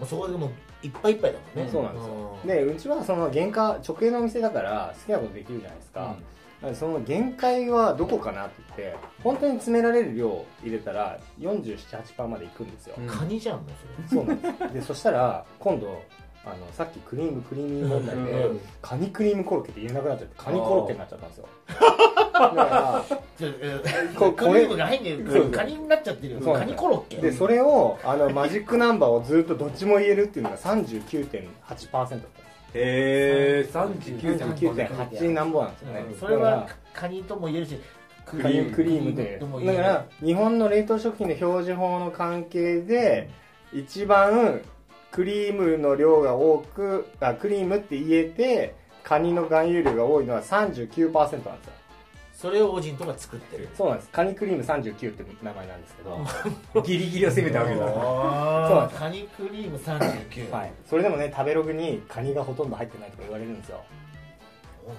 Speaker 2: もうそこでもういっぱいいっぱいだもんね
Speaker 3: そうなんですよでうちはその原価直営のお店だから好きなことできるじゃないですか、だからその限界はどこかなって言って本当に詰められる量入れたら478%までいくんですよ、
Speaker 1: うん
Speaker 2: カニじゃんもう
Speaker 3: そうなんですでそしたら今度あのさっきクリームクリーミー問題で、
Speaker 2: うん
Speaker 3: カニクリームコロッケって言えなくなっちゃってカニコロッケになっちゃったん
Speaker 2: [laughs]
Speaker 3: ですよだから
Speaker 2: それえ
Speaker 3: こ
Speaker 2: カニームが入んねん
Speaker 3: そう
Speaker 2: カニになっちゃってるよ
Speaker 3: そう
Speaker 2: カニコロッケ
Speaker 3: でそれをあのマジックナンバーをずっとどっちも言えるっていうのが39.8%だったんです
Speaker 1: へえ
Speaker 3: 39.8なんぼなんですよね、
Speaker 2: うんそれ
Speaker 3: だ
Speaker 2: は
Speaker 3: か
Speaker 2: カニとも言えるしク
Speaker 3: らカニクリームで
Speaker 2: クリームとも言
Speaker 3: だ
Speaker 2: え
Speaker 3: か
Speaker 2: る
Speaker 3: ら日本の冷凍食品の表示法の関係で一番クリームの量が多くあクリームって言えてカニの含有量が多いのは39%なんですよ
Speaker 2: それをオジンとか作ってる
Speaker 3: そうなんですカニクリーム39って名前なんですけど、
Speaker 1: ギリギリを攻めたわけだ
Speaker 3: そうな
Speaker 2: あ
Speaker 3: んで
Speaker 2: ーカニクリーム39
Speaker 3: はい、それでもね食べログにカニがほとんど入ってないとか言われるんですよ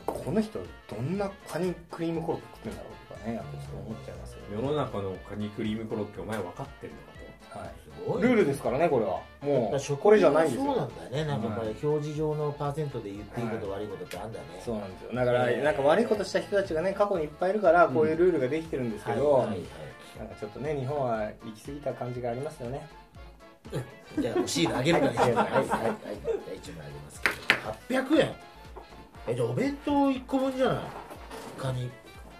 Speaker 3: この人どんなカニクリームコロッケ食ってんだろうとかねやっぱちょっと思っちゃいますよ
Speaker 1: 世の中のカニクリームコロッケお前分かってるのか
Speaker 3: はい
Speaker 2: すごい
Speaker 3: ルールですからねこれはもう
Speaker 2: 食
Speaker 3: これじゃないんです
Speaker 2: そうな
Speaker 3: よ
Speaker 2: んだよねなんかこれ
Speaker 1: は
Speaker 2: 表示上のパーセントで言っていいこと悪いことってあんだね
Speaker 3: そうなんですよだから、
Speaker 2: えー
Speaker 3: なんか悪いことした人たちがね過去にいっぱいいるからこういうルールができてるんですけど、
Speaker 2: はいはいはい
Speaker 3: なんかちょっとね日本は行き過ぎた感じがありますよね
Speaker 2: じゃあもうシールあげるから
Speaker 3: はい
Speaker 2: はいはいはいじゃあ一枚あげますけど800円えじゃあお弁当1個分じゃないカニ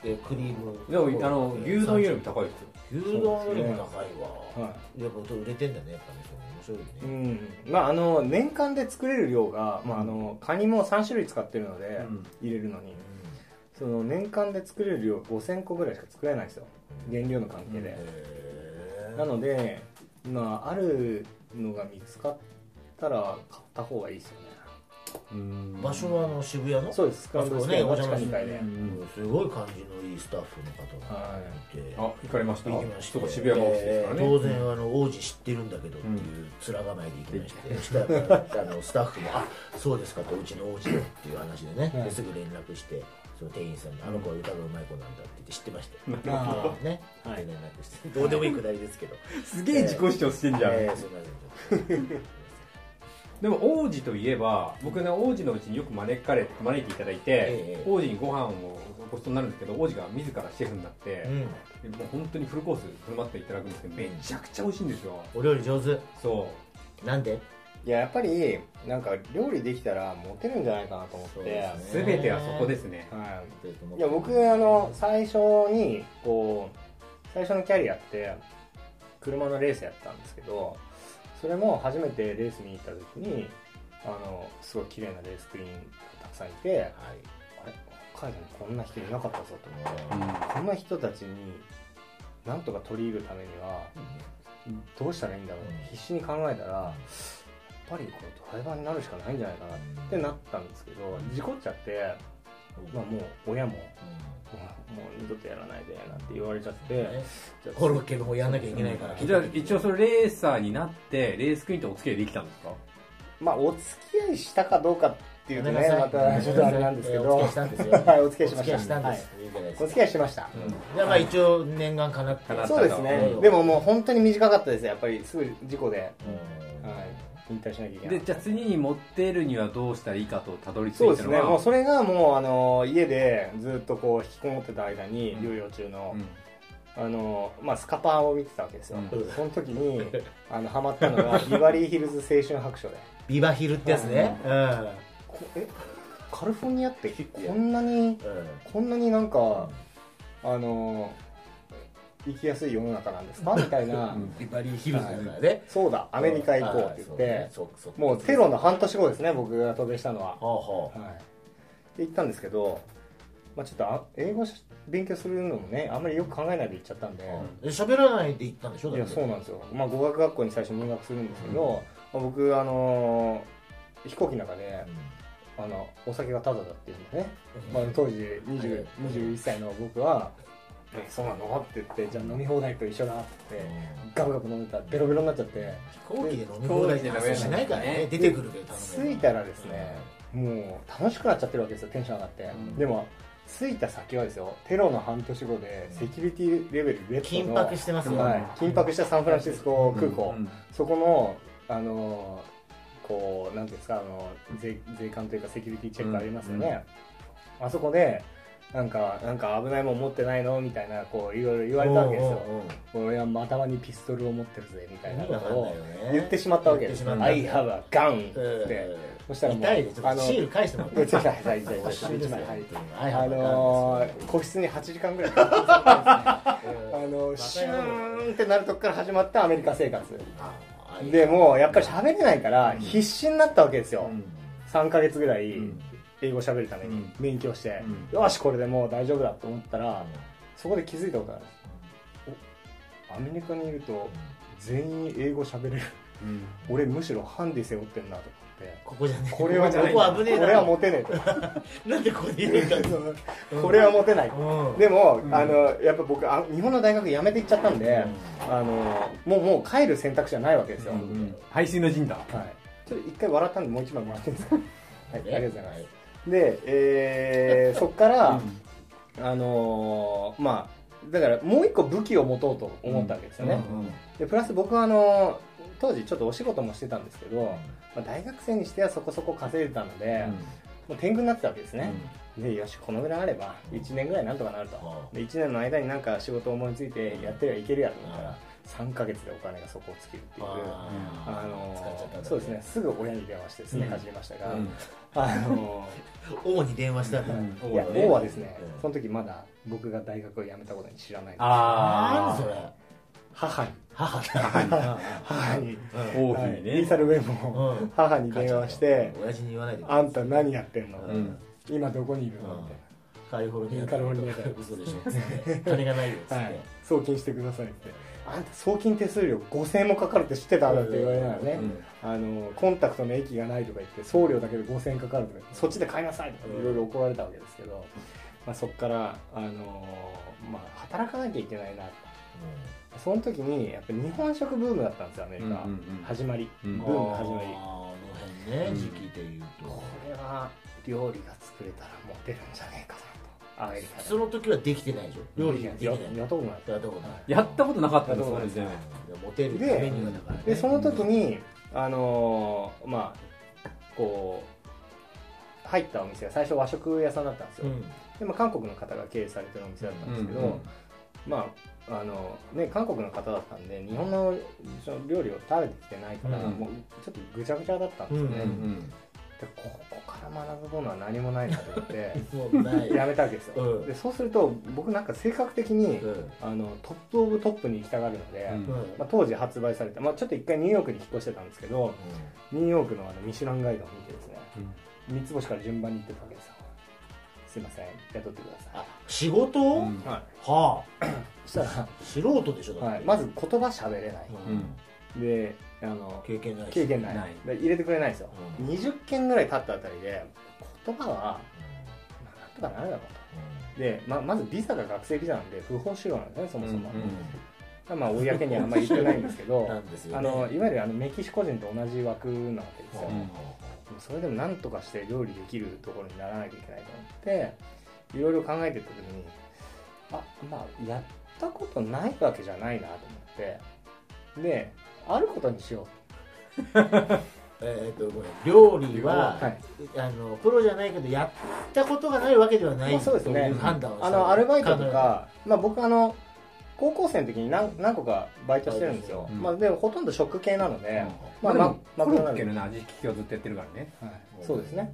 Speaker 2: えクリーム
Speaker 1: でもあの牛丼よりも高いですよ
Speaker 2: 牛丼よりも高いわ、
Speaker 3: は
Speaker 2: やっぱ売れてんだねやっぱねそう面
Speaker 3: う
Speaker 2: 白いね、
Speaker 3: んまああの年間で作れる量が、まあ、あのカニも3種類使ってるので、
Speaker 1: うん
Speaker 3: 入れるのにその年間で作れる量5000個ぐらいしか作れないんですよ原料の関係で、
Speaker 2: へ
Speaker 3: なのでまああるのが見つかったら買った方がいいですよね
Speaker 2: ー場所はあの渋谷の
Speaker 3: そうですスクランブルスクエアの地下2階で、
Speaker 1: ん
Speaker 2: すごい感じのいいスタッフの方がいて、
Speaker 1: あ行かれました
Speaker 2: 行きまし
Speaker 1: そ
Speaker 2: て
Speaker 1: うか渋谷がオフィスですからね
Speaker 2: えー当然あの王子知ってるんだけどっていう面構えで行きまして、そしたらやっぱりあのスタッフも「あそうですか」と「うちの王子だ」っていう話でね、
Speaker 3: はい
Speaker 2: ですぐ連絡してその店員さんに「あの子は歌がうまい子なんだ」って言って知ってましたよ
Speaker 3: あ
Speaker 2: ね、
Speaker 3: はい
Speaker 2: で連絡してどうでもいいくだりですけど、
Speaker 1: すげえ自己主張してんじゃん、
Speaker 2: えーすいませんちょっと
Speaker 1: でも王子といえば僕ね王子のうちによく招かれ招いていただいて、
Speaker 2: ええ
Speaker 1: 王子にご飯をごちそうになるんですけど王子が自らシェフになって、
Speaker 2: うん、
Speaker 1: もう本当にフルコース振る舞っていただくんですけどめちゃくちゃ美味しいんですよ
Speaker 2: お料理上手
Speaker 1: そ
Speaker 2: なんで
Speaker 3: いややっぱりなんか料理できたらモテるんじゃないかなと思って、
Speaker 2: そうです
Speaker 1: う
Speaker 2: ね
Speaker 1: 全てはそこですね
Speaker 3: は
Speaker 2: ちょっとも
Speaker 3: いういや僕あの最初にこう最初のキャリアって車のレースやったんですけどそれも初めてレース見に行った時にあのすごい綺麗なレースクリーンがたくさんい
Speaker 2: は
Speaker 3: て、
Speaker 2: い
Speaker 3: あれ北海道にこんな人いなかったぞと思
Speaker 1: う、うん
Speaker 3: うこんな人たちになんとか取り入るためにはどうしたらいいんだろう
Speaker 2: うん
Speaker 3: 必死に考えたらやっぱりこうドライバーになるしかないんじゃないかなってなったんですけど事故っちゃって、まあ、もう親も「もう二度とやらないで」なんて言われちゃって、
Speaker 2: ね
Speaker 3: じゃあ
Speaker 2: コロッケの方やんなきゃいけないから
Speaker 1: じゃあ一応それレーサーになってレースクイーンとお付き合いできたんですか
Speaker 3: まあお付き合いしたかどうかっっていうとねまたちょっとあれなんですけど
Speaker 2: お付き合いしたんですよ
Speaker 3: はいお付き合いしま
Speaker 2: お付
Speaker 3: した
Speaker 2: き合いしたんです、い、いじゃないです
Speaker 3: お
Speaker 2: か
Speaker 3: 付き合いしました、
Speaker 2: じゃあまあ一応念願かなって
Speaker 1: 叶った
Speaker 3: そうですね、
Speaker 2: うん
Speaker 3: でももう本当に短かったですやっぱりすぐ事故で、
Speaker 2: うん
Speaker 3: はい、引退しなきゃいけな
Speaker 1: で
Speaker 3: い
Speaker 1: じゃあ次に持ってるにはどうしたらいいかとたどり着いたの
Speaker 3: そう
Speaker 1: は
Speaker 3: ですねもうそれがもうあの家でずっとこう引きこもってた間に療養中の、
Speaker 1: うん
Speaker 3: あのまあ、スカパーを見てたわけですよ、
Speaker 2: うん
Speaker 3: その時に [laughs] あのハマったの
Speaker 1: [laughs]
Speaker 3: がビバリーヒルズ青春白書で
Speaker 2: ビバヒルってやつねうん
Speaker 3: こえカリフォルニアってこんなに
Speaker 2: うん
Speaker 3: こんなになんかあの生きやすい世の中なんですかみたいな、
Speaker 1: うん
Speaker 2: ビバリーヒルズだからね
Speaker 3: そうだアメリカ行こうって言って、もうテ
Speaker 2: の
Speaker 3: ロの半年後ですね僕が渡米したのは、
Speaker 2: ほうほ
Speaker 3: はい、で行ったんですけど、まあ、ちょっとあ英語し勉強するのもねあんまりよく考えないで行っちゃったんで、
Speaker 2: うで喋らないで行ったんでしょ
Speaker 3: いやそうなんですよ、まあ、語学学校に最初入学するんですけど、
Speaker 2: うん
Speaker 3: まあ僕あのー飛行機の中で
Speaker 2: だって
Speaker 3: あのお酒がタダだっていうんでね、
Speaker 2: うん
Speaker 3: まあ、当時20
Speaker 2: はい
Speaker 3: 21歳の僕は「えそうなの?」って言って「じゃあ飲み放題と一緒だ」って言ってガブガブ飲んでたらベロベロになっちゃって
Speaker 2: 飛行機で飲み放題って話しないからね出てくるけど頼む
Speaker 3: 着いたらですね、もう楽しくなっちゃってるわけですよテンション上がって、
Speaker 1: ん
Speaker 3: でも着いた先はですよテロの半年後でセキュリティレベルレッド
Speaker 2: 緊
Speaker 3: の
Speaker 2: 迫してますよ、
Speaker 3: はい、緊迫したサンフランシスコ空港、
Speaker 1: うん
Speaker 3: そこのあのこうなんていうんですかあの税税関というかセキュリティチェックありますよね、あそこでなんかなんか危ないもん持ってないのみたいなこういろいろ言われたわけですよ
Speaker 2: おうおうおう
Speaker 3: 俺は頭にピストルを持ってるぜみたいなことを
Speaker 2: 意味わかんないよね
Speaker 3: 言ってしまったわけです「
Speaker 2: 言ってしまった
Speaker 3: I have a gun」っ
Speaker 2: えー
Speaker 3: てそしたらもう
Speaker 2: 痛いでちょ
Speaker 3: あ
Speaker 2: っと
Speaker 3: の
Speaker 2: シール返してもらっ
Speaker 3: ちょ
Speaker 2: て
Speaker 3: っとはいはいはい
Speaker 2: 一緒ですよ
Speaker 3: はい
Speaker 2: はい
Speaker 3: あのー個室に8時間ぐらいあのシューンってなるとこから始まったアメリカ生活でもうやっぱり喋れないから必死になったわけですよ、3ヶ月ぐらい
Speaker 1: うん
Speaker 3: 英語喋るため
Speaker 1: う
Speaker 3: に
Speaker 1: ん
Speaker 3: 勉強して、
Speaker 1: う
Speaker 3: よしこれでもう大丈夫だと思ったらそこで気づいたことがあるおアメリカにいると全員英語喋れる [laughs]
Speaker 1: うん
Speaker 3: 俺むしろハンディ背負ってんなと思って
Speaker 2: ここじゃねえ
Speaker 3: [laughs] これは
Speaker 2: こ
Speaker 3: もう
Speaker 2: こ危ねえ
Speaker 3: これはモテねえと
Speaker 2: ななんでここにいるんだろ
Speaker 3: [laughs]
Speaker 2: う
Speaker 3: これはモテない
Speaker 2: うん
Speaker 3: でも、
Speaker 1: うん
Speaker 3: あのやっぱ僕あ日本の大学辞めていっちゃったんで、あのもうもう帰る選択肢はないわけですよ、
Speaker 2: うん
Speaker 1: 背水の陣だ
Speaker 3: はい、ちょっと一回笑ったんでもう一枚もらってい
Speaker 1: [laughs]
Speaker 3: いですかはいありがとうございます、
Speaker 2: は
Speaker 3: で、
Speaker 1: [laughs]
Speaker 3: えーそっか
Speaker 1: う
Speaker 3: ら、
Speaker 1: ん
Speaker 3: あのーまあだからもう一個武器を持とうと思ったわけですよね、
Speaker 1: うん
Speaker 3: でプラス僕はあのー当時ちょっとお仕事もしてたんですけど、まあ、大学生にしてはそこそこ稼いでたので、もう天狗になってたわけですね、でよしこのぐらいあれば1年ぐらいなんとかなると、
Speaker 2: はあ
Speaker 3: で1年の間になんか仕事を思いついてやってりゃいけるやと思った
Speaker 2: うん
Speaker 3: ら3ヶ月でお金が底をつけるっていうあ
Speaker 2: あー使っちゃったん
Speaker 3: の
Speaker 2: だ
Speaker 3: そうですねすぐ親に電話してすね始めましたが、
Speaker 1: うん
Speaker 3: あの
Speaker 2: 王に電話したんだ
Speaker 1: うん
Speaker 3: いや
Speaker 1: 王はね
Speaker 3: 王はですね
Speaker 2: うん
Speaker 3: その時まだ僕が大学を辞めたことに知らないの
Speaker 1: あ
Speaker 2: なん
Speaker 1: あ
Speaker 2: それ
Speaker 3: 母に
Speaker 2: 母だ
Speaker 3: 母に、
Speaker 1: 王妃
Speaker 3: はい
Speaker 1: に
Speaker 3: イー
Speaker 1: ね
Speaker 3: サルウェイも
Speaker 2: うん
Speaker 3: 母に電話して
Speaker 2: 親父に言わないで
Speaker 3: 「あんた何やってんの
Speaker 2: う
Speaker 1: うん
Speaker 3: 今どこにいるの?」みたいな
Speaker 2: カリフォルニア
Speaker 3: カリフォルニアだよ
Speaker 2: 嘘でしょつって金がないよつっ
Speaker 3: はい
Speaker 2: て、
Speaker 3: 送金してくださいってあんた送金手数料5000円もかかるって知ってたんだって言われながらね、
Speaker 1: うん
Speaker 3: あのコンタクトの駅がないとか言って送料だけで5000円かかるとかそっちで買いなさいとかいろいろ怒られたわけですけど、まあ、そこから、あのーまあ、働かなきゃいけないなその時にやっぱり日本食ブームだったんですよアメリカ、
Speaker 1: うんうんうん
Speaker 3: 始まり、
Speaker 1: うん
Speaker 3: ブーム始まり
Speaker 2: あーあの辺ね時期で言う
Speaker 3: ことれは料理が作れたらモテるんじゃねえかなとアメリカで
Speaker 2: その時はできてないでしょ料理ができ
Speaker 3: や
Speaker 2: てない
Speaker 3: やったことない
Speaker 2: やったことない
Speaker 1: やったことなかったです
Speaker 3: やったことない
Speaker 1: ね全然
Speaker 2: モテるためにはだからね
Speaker 3: でその時に、あのーまあこう入ったお店が最初和食屋さんだったんですよ、
Speaker 2: うん
Speaker 3: でまあ、韓国の方が経営されてるお店だったんですけど、
Speaker 1: うんうん
Speaker 3: まああのね、韓国の方だったんで日本のその料理を食べてきてないから、
Speaker 1: うん
Speaker 3: もうちょっとぐちゃぐちゃだったんですよね、
Speaker 2: う
Speaker 1: うんうん
Speaker 3: でここから学ぶものは何もないなと思って
Speaker 2: もうない
Speaker 3: [laughs] やめたわけですよ、
Speaker 2: うん
Speaker 3: でそうすると僕なんか性格的に、
Speaker 2: うん
Speaker 3: あのトップオブトップに行きたがるので、
Speaker 1: うん
Speaker 2: うん
Speaker 3: まあ、当時発売された、まあ、ちょっと一回ニューヨークに引っ越してたんですけどニューヨークのあのミシュランガイドを見てですね三つ星から順番に行ってたわけですよすいません雇ってくださ
Speaker 2: あ仕事
Speaker 1: う
Speaker 2: は
Speaker 1: ん
Speaker 3: い
Speaker 2: あ
Speaker 3: そした
Speaker 2: 素人でしょ
Speaker 3: ら、
Speaker 2: だ
Speaker 3: は
Speaker 2: っ
Speaker 3: い、
Speaker 2: て
Speaker 3: まず言葉喋れない、
Speaker 1: うん
Speaker 3: であの
Speaker 2: 経験ないし
Speaker 3: 経験ない
Speaker 1: ない
Speaker 3: で入れてくれないんですよ、
Speaker 2: うん
Speaker 3: 20件ぐらい経ったあたりで言葉はまあなんとかなるだろうとで、ままずビザが学生ビザなんで不法就労なんですねそもそも、
Speaker 1: うん
Speaker 3: まあ公にはあ [laughs] んまり言ってないんですけど
Speaker 2: なんですよ
Speaker 3: あのいわゆるあのメキシコ人と同じ枠なわけですよ、
Speaker 1: うん
Speaker 3: でもそれでもなんとかして料理できるところにならなきゃいけないと思っていろいろ考えてった時にあまあやったことないわけじゃないなと思ってであることにしよ
Speaker 2: えーっとごめん料理
Speaker 3: う
Speaker 2: は、
Speaker 3: はい
Speaker 2: あのプロじゃないけどやったことがないわけではない、
Speaker 3: まあそうです
Speaker 2: と
Speaker 3: ね
Speaker 2: いう判断を
Speaker 3: あのアルバイトとか、まあ、僕あの高校生の時に何何個かバイトしてるんですよ、
Speaker 1: うん
Speaker 3: まあ、でもほとんど食系なので、
Speaker 1: ま
Speaker 3: ま
Speaker 1: あ
Speaker 3: あ
Speaker 1: でも
Speaker 3: まマ
Speaker 1: コロ
Speaker 3: クドナ
Speaker 1: ッ
Speaker 3: ルド
Speaker 1: ケのね味聞きをずっとやってるからね
Speaker 3: はいそうですね、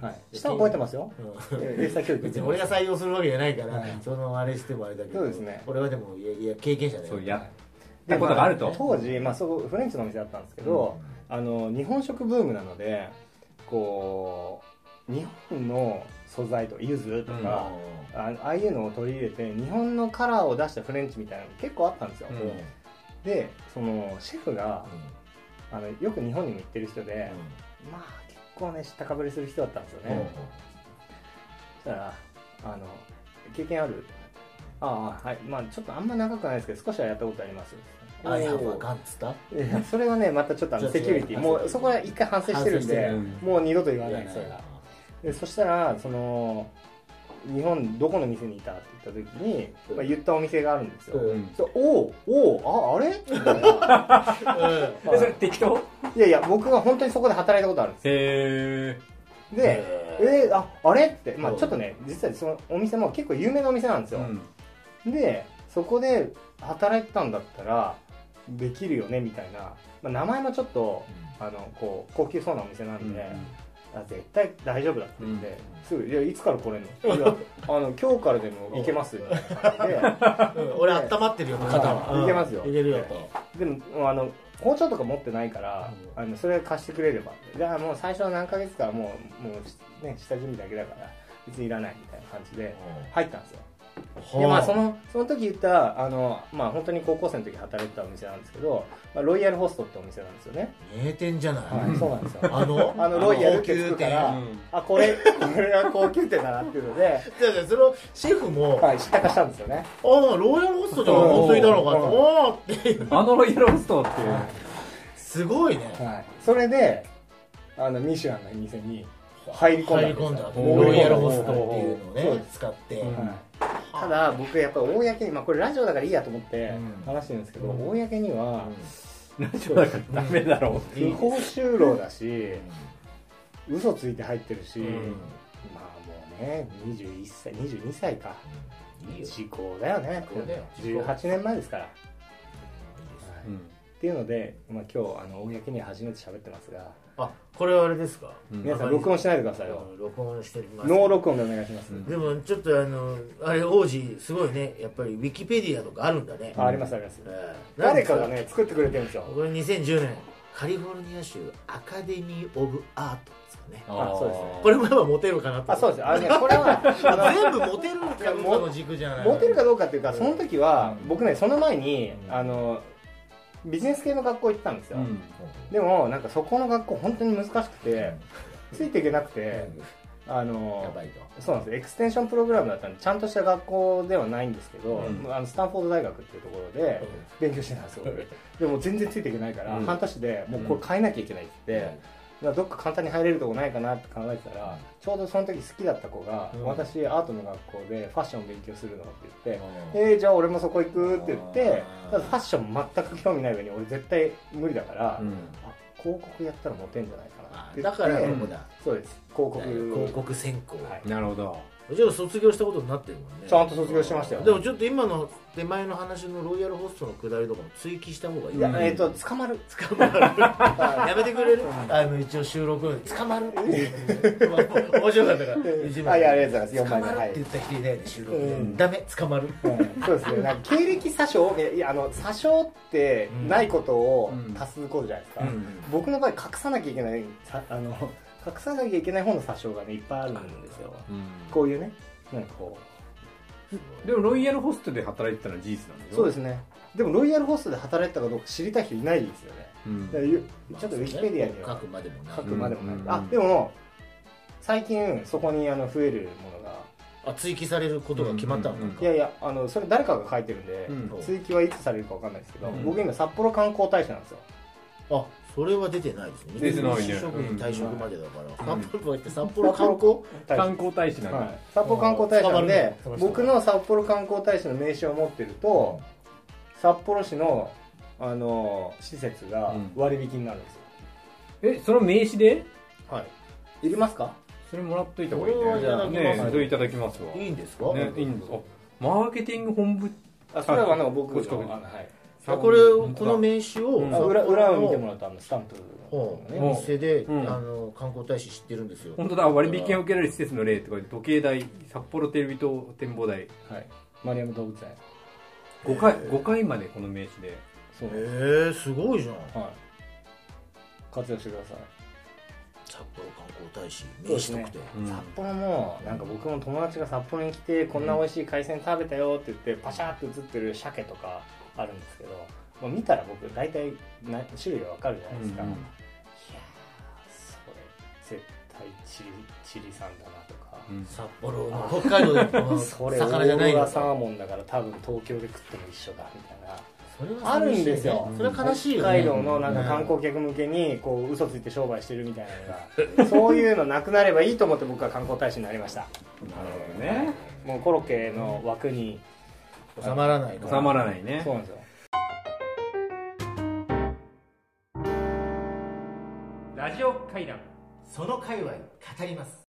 Speaker 3: は
Speaker 2: はい
Speaker 3: い、下は超えて
Speaker 2: ま
Speaker 3: ますよ
Speaker 2: す、うん
Speaker 3: 英才教育
Speaker 2: 別に俺が採用するわけじゃないから、
Speaker 3: はい
Speaker 2: そのあれしてもあれだけど
Speaker 3: そうですね
Speaker 2: 俺はでもいやいや経験者だよ
Speaker 1: そうやってことがあると
Speaker 3: 当時、まあ、そこフレンチのお店だったんですけど、あの日本食ブームなのでこう日本の素材とか柚子と
Speaker 2: うん
Speaker 3: か、あのああいうのを取り入れて日本のカラーを出したフレンチみたいなの結構あったんですよ、
Speaker 1: うん
Speaker 3: でそのシェフがあのよく日本にも行ってる人で、まあ結構ね知ったかぶりする人だったんですよね、そしたら「あの経験ある?」ああはいまあちょっとあんま長くないですけど少しはやったことあります
Speaker 2: うん、アイハブ
Speaker 3: お
Speaker 2: は
Speaker 3: ー
Speaker 2: ガンっつった
Speaker 3: いやそれはねまたちょっとあの
Speaker 2: じゃ
Speaker 3: セ
Speaker 2: あ
Speaker 3: キュリテ
Speaker 2: 違
Speaker 3: ィ
Speaker 2: う
Speaker 3: もうそこは一回反省してる
Speaker 2: 反
Speaker 3: ん
Speaker 2: 省して
Speaker 3: で
Speaker 2: る
Speaker 3: もう二度と言わ
Speaker 2: 言わな
Speaker 3: な
Speaker 2: いい
Speaker 3: それはでそしたらその日本どこの店にいたって言った時に、まあ、言ったお店があるんですよ、
Speaker 2: うん
Speaker 1: うん
Speaker 3: そうおうおうああれみた
Speaker 2: [laughs]
Speaker 3: いな
Speaker 2: うん
Speaker 1: えそれ適当
Speaker 3: いやいや僕が本当にそこで働いたことあるんです
Speaker 1: へえ
Speaker 3: よで、
Speaker 2: うん
Speaker 3: えーああれって、まあ、
Speaker 2: うん
Speaker 3: ちょっとね実はそのお店も結構有名なお店なんですよ、でそこで働いてたんだったらできるよねみたいな、まあ、名前もちょっとあのこう高級そうなお店なんで、あ絶対大丈夫だって言って、すぐ「いやいつから来れんの?」 [laughs] いやあの「今日からでも行けます」みたいな感じで
Speaker 2: うん俺温まってるよ肩は、
Speaker 3: うんいけますよ
Speaker 2: いけるよと、
Speaker 3: でもあの包丁とか持ってないから、あのそれ貸してくれればじゃあもう最初は何ヶ月かもうもう、ね、下準備だけだから別にいらないみたいな感じで入ったんですよでまあ、そのその時言ったあの、まあ、本当に高校生の時働いてたお店なんですけど、まあ、ロイヤルホストってお店なんですよね、
Speaker 2: 名店じゃない、
Speaker 3: はい、そうなんですよ
Speaker 2: あの
Speaker 3: [laughs] あのロイヤルってつ
Speaker 2: 高級
Speaker 3: くか
Speaker 2: 店
Speaker 3: ら、あこれこれが高級店だなっていうので、
Speaker 2: だからそのシェフも、
Speaker 3: はい、知ったかしたんですよね
Speaker 2: ああローヤルホストじゃんホストいたのか
Speaker 3: う
Speaker 2: とああって
Speaker 1: あのロイヤルホストって [laughs]
Speaker 2: すごいね
Speaker 3: はい、それであのミシュランの店に入り込んだ
Speaker 2: 入り込んだ
Speaker 1: おー
Speaker 2: ロイヤルホストっていうのを
Speaker 3: そう
Speaker 2: ね
Speaker 3: です
Speaker 2: 使って、
Speaker 1: うん
Speaker 3: はいただ僕やっぱり公に、まあ、これラジオだからいいやと思って
Speaker 2: うん
Speaker 3: 話してるんですけど、
Speaker 2: うん
Speaker 3: 公には
Speaker 1: ラジオだからダメだろう
Speaker 3: 不法就労だし、嘘ついて入ってるし、
Speaker 1: うん
Speaker 3: まあもうね21歳22歳か
Speaker 2: うんいいよ
Speaker 3: 時効だよね
Speaker 2: 時効だよ
Speaker 3: 18年前ですから、はい
Speaker 1: うん
Speaker 3: っていうので、まあ、今日あの公に初めて喋ってますが
Speaker 2: あこれはあれですか、
Speaker 1: うん
Speaker 3: 皆さん録音しないでくださいよ
Speaker 2: うん録音してみます
Speaker 3: ノー録音でお願いします、
Speaker 1: うん
Speaker 2: でもちょっとあのあれ王子すごいねやっぱりウィキペディアとかあるんだね、
Speaker 3: あありますあります、
Speaker 2: ええ
Speaker 3: 誰かがね作ってくれてるんですよ
Speaker 2: これ2010年カリフォルニア州アカデミー・オブ・アートですかね
Speaker 1: ー
Speaker 3: あそうですね
Speaker 2: これもやっぱモテるかなと
Speaker 3: あそうですよあれねこれは
Speaker 2: 全部モテるかどうかの軸じゃ
Speaker 3: あ
Speaker 2: な
Speaker 3: の
Speaker 2: い
Speaker 3: モテるかどうかっていうかその時は
Speaker 1: うん
Speaker 3: 僕ねその前に
Speaker 1: うん
Speaker 3: あのビジネス系の学校行ってたんですよ、
Speaker 1: うん
Speaker 3: でもなんかそこの学校本当に難しくてついていけなくてあ
Speaker 2: や
Speaker 3: の
Speaker 2: ばいと
Speaker 3: そうなんですエクステンションプログラムだったんでちゃんとした学校ではないんですけど、
Speaker 1: うん
Speaker 3: あのスタンフォード大学っていうところで勉強してたんですよでも全然ついていけないから、
Speaker 1: うん
Speaker 3: 半年でもうこれ変えなきゃいけないって言って、だからどっか簡単に入れるとこないかなって考えてたら、ちょうどその時好きだった子が、
Speaker 2: うん
Speaker 3: 私アートの学校でファッション勉強するのって言って、えー、じゃあ俺もそこ行くって言って
Speaker 2: あー
Speaker 3: ただファッション全く興味ない上に俺絶対無理だから、
Speaker 1: うん
Speaker 3: あ広告やったらモテんじゃないかなって言
Speaker 2: だ
Speaker 3: って
Speaker 2: からここだ
Speaker 3: そうです広告
Speaker 2: 広告専攻
Speaker 3: はい
Speaker 1: なるほど
Speaker 2: じゃあ卒業したことになってるもんね
Speaker 3: ちゃんと卒業しましたよ
Speaker 2: でもちょっと今の手前の話のロイヤルホストのくだりとかも追記した方がいい
Speaker 3: いや、
Speaker 1: うん
Speaker 3: えっ、と捕まる
Speaker 2: 捕まるやめてくれるあの一応収録用に捕まるっていうまあ面白かったから一枚
Speaker 3: あいやありがとうございます
Speaker 2: 捕
Speaker 3: 四枚目
Speaker 2: まるって言った人いないよね収録でダメ捕まる
Speaker 3: うんそうですねなんか経歴詐称いやいやあの詐称ってないことを足すことじゃないですか、
Speaker 1: うん
Speaker 3: 僕の場合隠さなきゃいけないさあの隠さなきゃいけない方の詐称がねいっぱいあるんですよこういうねなんかこ
Speaker 1: でもロイヤルホストで働いてたのは事実なんで
Speaker 3: う
Speaker 1: しょ
Speaker 3: そうです
Speaker 1: ね
Speaker 3: ねでもロイヤルホストで働いてたかどうか知りたい人いないですよねだからゆちょっとウィキペディアに
Speaker 2: 書
Speaker 3: は
Speaker 2: くまでもな
Speaker 3: 書くまでもない、
Speaker 1: うん
Speaker 3: あでも最近そこにあの増えるものが
Speaker 2: あ追記されることが決まったの
Speaker 1: うんうんうん
Speaker 3: いやいやあのそれ誰かが書いてるんで、
Speaker 1: うん
Speaker 3: 追記はいつされるかわかんないですけど、
Speaker 1: うん
Speaker 3: 僕今札幌観光大使なんですよ
Speaker 2: あそそれは出てないですね
Speaker 1: 出てないね
Speaker 2: 日本食
Speaker 1: うん
Speaker 2: 品退職までだから、
Speaker 1: うん
Speaker 2: 札幌だって札幌観光
Speaker 1: 観光大使なんだ、
Speaker 3: はい札幌観光大使なんで
Speaker 2: 捕まるね
Speaker 3: 僕の札幌観光大使の名刺を持ってると札幌市のあの施設が割引になるんですよ、
Speaker 1: えその名刺で
Speaker 3: はいいりますか
Speaker 1: それもらっといた方がいい
Speaker 2: これはじゃあ
Speaker 1: ねね
Speaker 2: ね
Speaker 1: それいただきますわ
Speaker 2: いいんですか、
Speaker 1: ねいいんですあマーケティング本部
Speaker 3: あそれはあの僕
Speaker 1: こっちかけて
Speaker 3: のあのはい
Speaker 2: あこれをこの名刺を、
Speaker 1: うん
Speaker 3: あ
Speaker 2: 札幌の
Speaker 3: 裏裏を見てもらったあのスタンプ
Speaker 2: お
Speaker 3: のね
Speaker 2: 店で、
Speaker 1: うん
Speaker 2: あの観光大使知ってるんですよ
Speaker 1: 本当だ割引券を受けられる施設の例って書いて時計台札幌テレビ塔展望台
Speaker 3: はいマリアム動物園
Speaker 1: 5回
Speaker 2: へー
Speaker 1: 5回までこの名刺で
Speaker 3: そう
Speaker 2: へえすごいじゃん
Speaker 3: はい活躍してください
Speaker 2: 札幌観光大使
Speaker 3: そう
Speaker 2: 名
Speaker 3: で
Speaker 2: 刺
Speaker 3: すね
Speaker 2: 特典
Speaker 1: うん
Speaker 3: 札幌もなんか僕も友達が札幌に来てこんな美味しい海鮮食べたよって言ってパシャーって写ってる鮭とかあるんですけど、まあ、見たら僕大体な種類がわかるじゃないですか、
Speaker 1: うん
Speaker 3: い
Speaker 1: うん
Speaker 3: やーそれ絶対チリチリ産だなとか、
Speaker 1: うん
Speaker 2: 札幌の北海 [laughs] 道でこの
Speaker 3: それ
Speaker 2: 魚じゃない
Speaker 3: オーロ
Speaker 2: の
Speaker 3: ラサーモンだから多分東京で食っても一緒だみたいな
Speaker 2: それは寂しいね
Speaker 3: あるんですよ
Speaker 2: それは悲しいよ、ね、
Speaker 3: 北海道のなんか観光客向けにこう嘘ついて商売してるみたいなのがそういうのなくなればいいと思って僕は観光大使になりました
Speaker 1: なるほどね
Speaker 3: もうコロッケの枠に
Speaker 2: 収まらないから
Speaker 1: 収まらないね
Speaker 3: そうなんですよ
Speaker 1: ラジオ会談
Speaker 2: その界隈語ります